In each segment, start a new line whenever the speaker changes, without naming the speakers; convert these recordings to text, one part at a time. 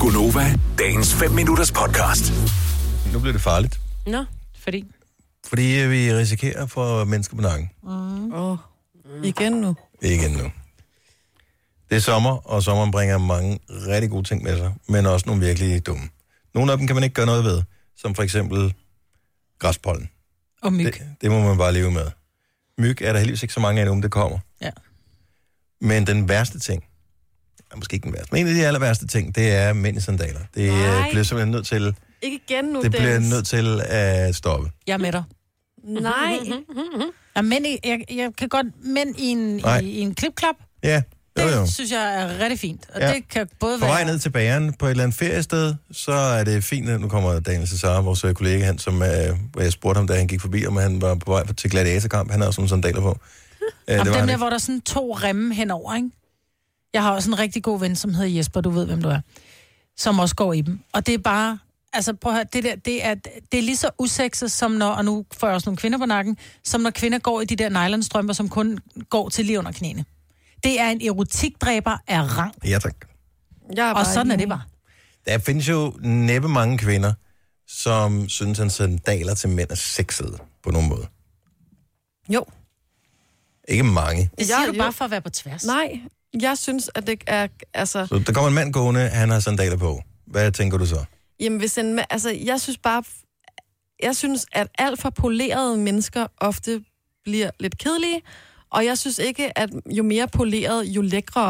Gunova, dagens 5 minutters podcast.
Nu bliver det farligt,
Nå, fordi...
fordi øh, vi risikerer at få mennesker på nakken.
Oh. Igen nu.
Ikke endnu. Det er sommer, og sommeren bringer mange rigtig gode ting med sig, men også nogle virkelig dumme. Nogle af dem kan man ikke gøre noget ved, som for eksempel græspollen.
Og myg.
Det, det må man bare leve med. Myg er der heldigvis ikke så mange af nu, om det kommer.
Ja.
Men den værste ting, ja, måske ikke den værste, men en af de aller værste ting, det er mænd i sandaler. Det øh,
Nej.
bliver simpelthen nødt til,
Ikke igen nu,
det bliver nødt til at stoppe.
Jeg er med dig.
Nej.
Ja, mænd i, jeg, jeg kan godt mænd i en,
Nej.
i, i en klipklap.
Ja,
Det
jo jo.
synes jeg er rigtig fint. Og
Ja.
ja. det kan både
På vej
være...
ned til bageren på et eller andet feriested, så er det fint, at nu kommer Daniel Cesar, vores øh, kollega, han, som øh, hvor jeg spurgte ham, da han gik forbi, om han var på vej til gladiatorkamp. Han havde sådan nogle sandaler på. Øh,
Jamen,
han
dem der,
ikke.
hvor der er sådan to remme henover, ikke? Jeg har også en rigtig god ven, som hedder Jesper, du ved, hvem du er, som også går i dem. Og det er bare, altså prøv at høre, det der, det er, det er lige så usekset, som når, og nu får jeg også nogle kvinder på nakken, som når kvinder går i de der nylonstrømper, som kun går til lige under knæene. Det er en erotikdræber af rang,
Ja, tak.
Jeg er
og sådan er det bare.
Der findes jo næppe mange kvinder, som synes, at sandaler til mænd er sexede på nogen måde.
Jo.
Ikke mange.
Det siger
Ja,
ja, du
jo.
bare for at være på tværs.
Nej, jeg synes, at det er... Altså,
Så der kommer en mand gående, han har sandaler på. Hvad tænker du så?
jamen, hvis en, ma- altså, jeg synes bare... Jeg synes, at alt for polerede mennesker ofte bliver lidt kedelige, og jeg synes ikke, at jo mere poleret, jo lækrere.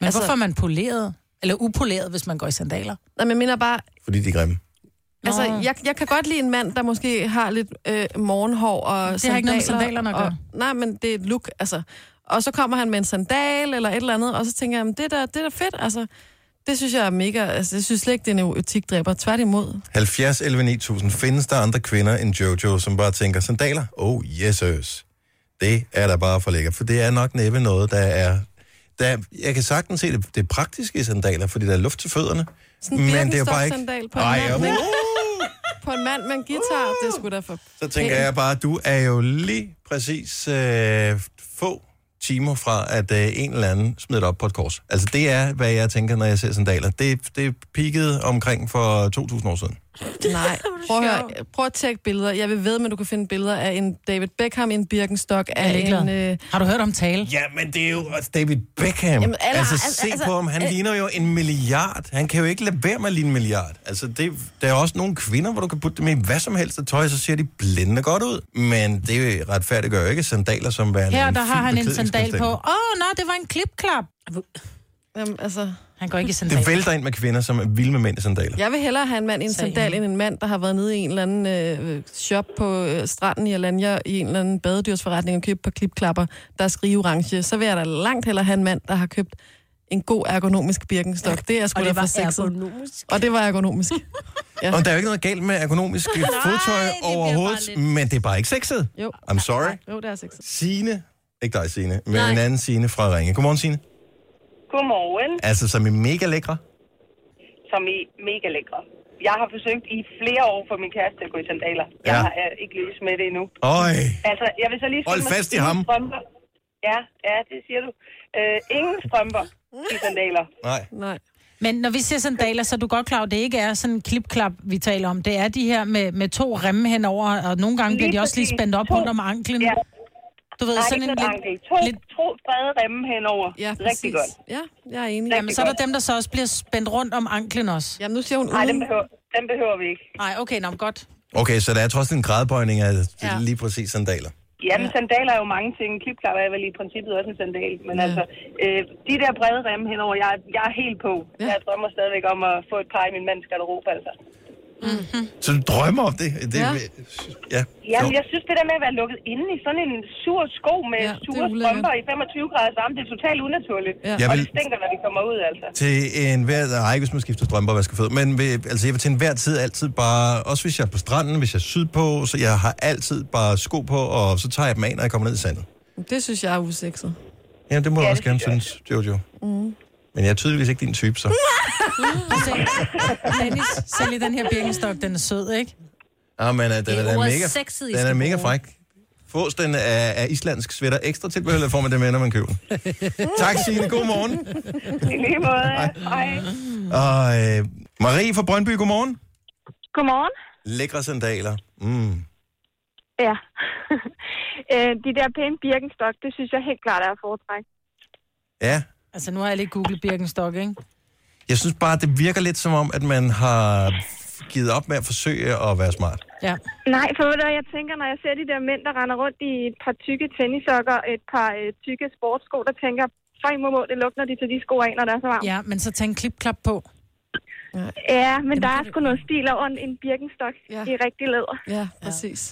Men
altså,
altså, hvorfor er man poleret? Eller upoleret, hvis man går i sandaler?
Nej, men jeg mener bare,
Fordi de er grimme.
altså, jeg, jeg kan godt lide en mand, der måske har lidt øh, morgenhår og
Det har ikke noget med sandalerne at gøre.
Og, nej, men det er et look, altså. Og så kommer han med en sandal eller et eller andet, og så tænker jeg, "Men det der, det der fedt, altså. Det synes jeg er mega, altså, jeg synes slet ikke, det er en erotikdræber. Tværtimod.
70 11 9000. Findes der andre kvinder end Jojo, som bare tænker, sandaler? Oh, yes, yes. Det er da bare for lækkert, for det er nok næppe noget, der er... Der, er- jeg kan sagtens se det, det praktiske i sandaler, fordi der er luft til fødderne.
Sådan en Birkenstock-sandal på en
Ej,
mand,
jamen,
ikke?
uh,
På en mand med en guitar, det skulle da for...
så tænker jeg bare, du er jo lige præcis øh, få timer fra, at øh, en eller anden smider det op på et kors. Altså, det er, hvad jeg tænker, når jeg ser sandaler. Det, det peakede omkring for 2.000 år siden.
Nej, prøv at, høre, prøv at tjekke billeder. Jeg vil ved, at du kan finde billeder af en David Beckham i en Birkenstock.
Jeg er
Af
ligeglad.
en, øh,
Har du hørt om tale?
Ja, men det er jo også David Beckham. Jamen,
Jamen, alle
altså,
har-
altså, se
altså-
på ham. Han ligner jo en milliard. Han kan jo ikke lade være med at ligne en milliard. Altså, det, der er også nogle kvinder, hvor du kan putte dem i hvad som helst af tøj, så ser de blændende godt ud. Men det retfærdiggør jo ikke sandaler som værende
Her,
en
der
fin
har han en sandal
beklædningsgenstand.
på. Åh, oh, nej, det var en klipklap.
jamen, altså,
Han går ikke i
Det
sandaler.
vælter ind med kvinder, som er vilde med mænd i sandaler. Ja.
jeg vil hellere have en mand i en
Sagen.
sandal, end en mand, der har været nede i en eller anden øh, shop på øh, stranden i Alanya, i en eller anden badedyrsforretning og købt på klipklapper, der er skrigeorange. Så vil jeg da langt hellere have en mand, der har købt en god ergonomisk Birkenstock. Det er sgu da for sexet.
ergonomisk.
Og det var ergonomisk.
Og der er jo ikke noget galt med økonomisk fodtøj overhovedet, men det er bare ikke sexet.
Jo.
I'm sorry.
Jo, det er sexet.
Signe, ikke dig Signe, men en anden Signe fra Ringe. Godmorgen Signe.
Godmorgen,
Altså, som er mega lækre.
som er mega lækre. Jeg har forsøgt i flere år for min kæreste at gå i sandaler. Jeg
Ja.
har er ikke lykkes med det endnu.
Øj.
Altså, jeg vil så lige...
Hold
skynde mig-
fast i ham.
Ingen Strømper. Ja, ja, det siger du. Øh, ingen strømper i sandaler.
Nej.
Nej.
Men når vi siger sandaler, så er du godt klar, over, at det ikke er sådan en klipklap, vi taler om. Det er de her med, med to remme henover, og nogle gange
Lige
bliver de også lige
præcis.
spændt op
To.
rundt om anklen.
Ja.
Du ved,
Der er
sådan
ikke
en
noget ankel. To,
lidt... lidt
to brede remme henover.
Ja,
Rigtig godt.
Ja, jeg er enig.
Rigtig
jamen, så er der dem, der så også bliver spændt rundt om anklen også.
Jamen, nu siger hun
Nej, den
uden.
behøver, den behøver vi ikke.
Nej, okay, nå, men godt.
Okay, så der er trods alt en gradbøjning af ja.
Ja.
lige præcis sandaler.
Jamen, sandaler er jo mange ting. Klipklapper er vel i princippet også en sandal. Men
Ja.
altså, øh, de der brede remme henover, jeg, er- jeg er helt på.
Ja.
Jeg drømmer stadigvæk om at få et par i min mands garderobe, altså.
Så du drømmer om det? det ja.
Ja.
ja.
Jamen,
Jo.
jeg synes det der med at være lukket inde i sådan en sur sko med
Ja,
ja,
det er
sure
ulækkert.
strømper i 25 grader varme, det er totalt unaturligt.
Ja.
Jeg
Og
vil-
det stinker, når vi kommer ud, altså.
Til enhver... Nej, hvis man skifter strømper og vasker fødder. Men ved, altså, jeg vil til enhver tid altid bare... Også hvis jeg er på stranden, hvis jeg er sydpå, så jeg har altid bare sko på, og så tager jeg dem af, når jeg kommer ned i sandet.
Det synes jeg er usekset.
Jamen, det må jeg
Ja,
også
det
gerne
synes jeg
synes, Jojo. Mm. Men jeg er tydeligvis ikke din type, så. Ah,
Prøv at se. Dennis, selv i den her birkenstok, den er sød, ikke?
Ja, men uh, den,
Det
er,
er
den, er
ordet
mega,
sexet, I
den er
skal
mega
bruge.
fræk. Fås den af, af islandsk sweater ekstra tilbehør, eller får man det med, når man køber den? tak, Signe. God morgen.
I lige måde. Hej.
Mm. Og øh, Marie fra Brøndby, godmorgen.
Godmorgen.
Lækre sandaler. Mm.
Ja. øh, de der pæne birkenstok, det synes jeg helt klart er at foretrække.
Ja,
Altså, nu har jeg lige googlet Birkenstock, ikke?
jeg synes bare, det virker lidt som om, at man har givet op med at forsøge at være smart.
Ja.
Nej, for ved du, hvad jeg tænker, når jeg ser de der mænd, der render rundt i et par tykke tennissokker, et par øh, tykke sportssko, der tænker, for må må det lugter de til de sko af, når det er så varmt. Ja,
ja, men så tag en klipklap på.
ja men
Jamen,
der er
det-
sgu noget stil over en, en birkenstok
Ja.
ja. i rigtig læder.
Ja, præcis.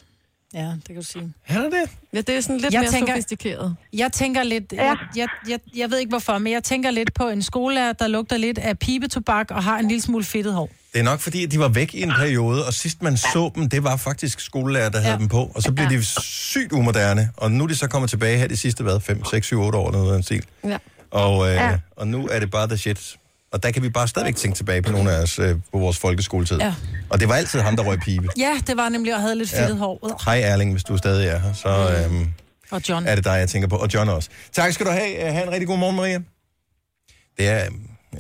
Ja, det kan du sige.
Er det det?
Ja, det er sådan lidt
Jeg
jeg mere tænker...
tænker-
sofistikeret.
Jeg tænker lidt, ja. jeg, jeg, jeg, jeg ved ikke hvorfor, men jeg tænker lidt på en skolelærer, der lugter lidt af pibetobak og har en lille smule fedtet hår.
Det er nok fordi, at de var væk i en periode, og sidst man så dem, det var faktisk skolelærer, der havde
Ja.
dem på. Og så blev
Ja.
de sygt umoderne, og nu er de så kommet tilbage her de sidste, hvad, 5, 6, 7, 8 år, eller noget af den stil.
Ja.
Og, øh, ja.
Ja.
og nu er det bare the shit. Og der kan vi bare stadigvæk tænke tilbage på nogle af os øh, på vores folkeskoletid.
Ja.
Og det var altid ham, der røg pibe.
Ja, det var nemlig, og havde lidt fedtet ja. hår. Ugh.
Hej Erling, hvis du stadig er her, så øh,
Og John.
er det dig, jeg tænker på. Og John også. Tak skal du have. Øh, Ha' en rigtig god morgen, Maria. Det er, øh,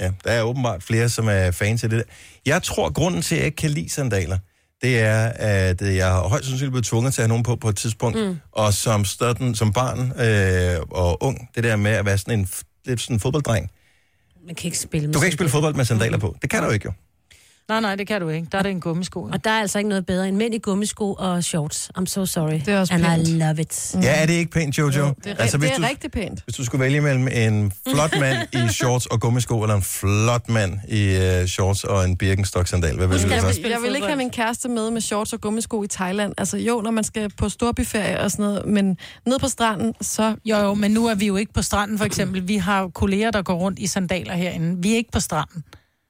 ja, der er åbenbart flere, som er fans af det der. Jeg tror, grunden til, at jeg ikke kan lide sandaler, det er, at øh, jeg har højst sandsynligt blevet tvunget til at have nogen på på et tidspunkt. Mm. Og som, sådan, som barn øh, og ung, det der med at være sådan en f- lidt sådan en fodbolddreng.
Man kan ikke spille med
Du kan ikke
sådan-
spille fodbold med sandaler på. Det kan du ikke jo.
Mm.
Nej, nej, det kan du ikke. Der er det en gummisko.
Og der er altså ikke noget bedre end mænd i gummisko og shorts. I'm so sorry.
Det er også
And
pænt.
I love it. Mm.
Ja, er det ikke pænt, Jojo? Jo,
Det er, altså,
hvis,
det er
du,
rigtig pænt.
hvis du skulle vælge mellem en flot mand i shorts og gummisko, eller en flot mand i øh, shorts og en Birkenstock-sandal, hvad vil du
Skal
så?
Jeg
vi-
vil ikke
fodbold.
have min kæreste med med shorts og gummisko i Thailand. Altså jo, når man skal på storbyferie og sådan noget, men ned på stranden, så...
Jo, jo, men nu er vi jo ikke på stranden, for eksempel. Vi har jo kolleger, der går rundt i sandaler herinde. Vi er ikke på stranden.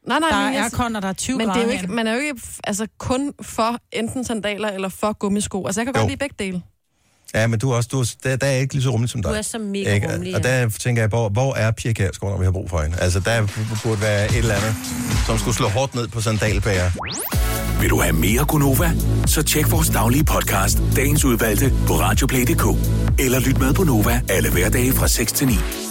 Nej, nej,
Der
men jeg-
er aircon, og der er 20
Men det er jo
grader
ikke,
herinde.
man er jo ikke f- altså, kun for enten sandaler eller for gummisko. Altså, jeg kan godt
Jo.
lide begge dele.
Ja, men du er også, du er, der, der er ikke lige så rummelig som dig.
Du er så mega
Ikke?
rummelig,
Og der tænker jeg, hvor, hvor er Pia Kjærsgaard, når vi har brug for hende? Altså, der burde være et eller andet, som skulle slå hårdt ned på sandalbærer.
Vil du have mere Gunova? Så tjek vores daglige podcast, dagens udvalgte, på radioplay.dk. Eller lyt med på Nova alle hverdage fra 6 til 9.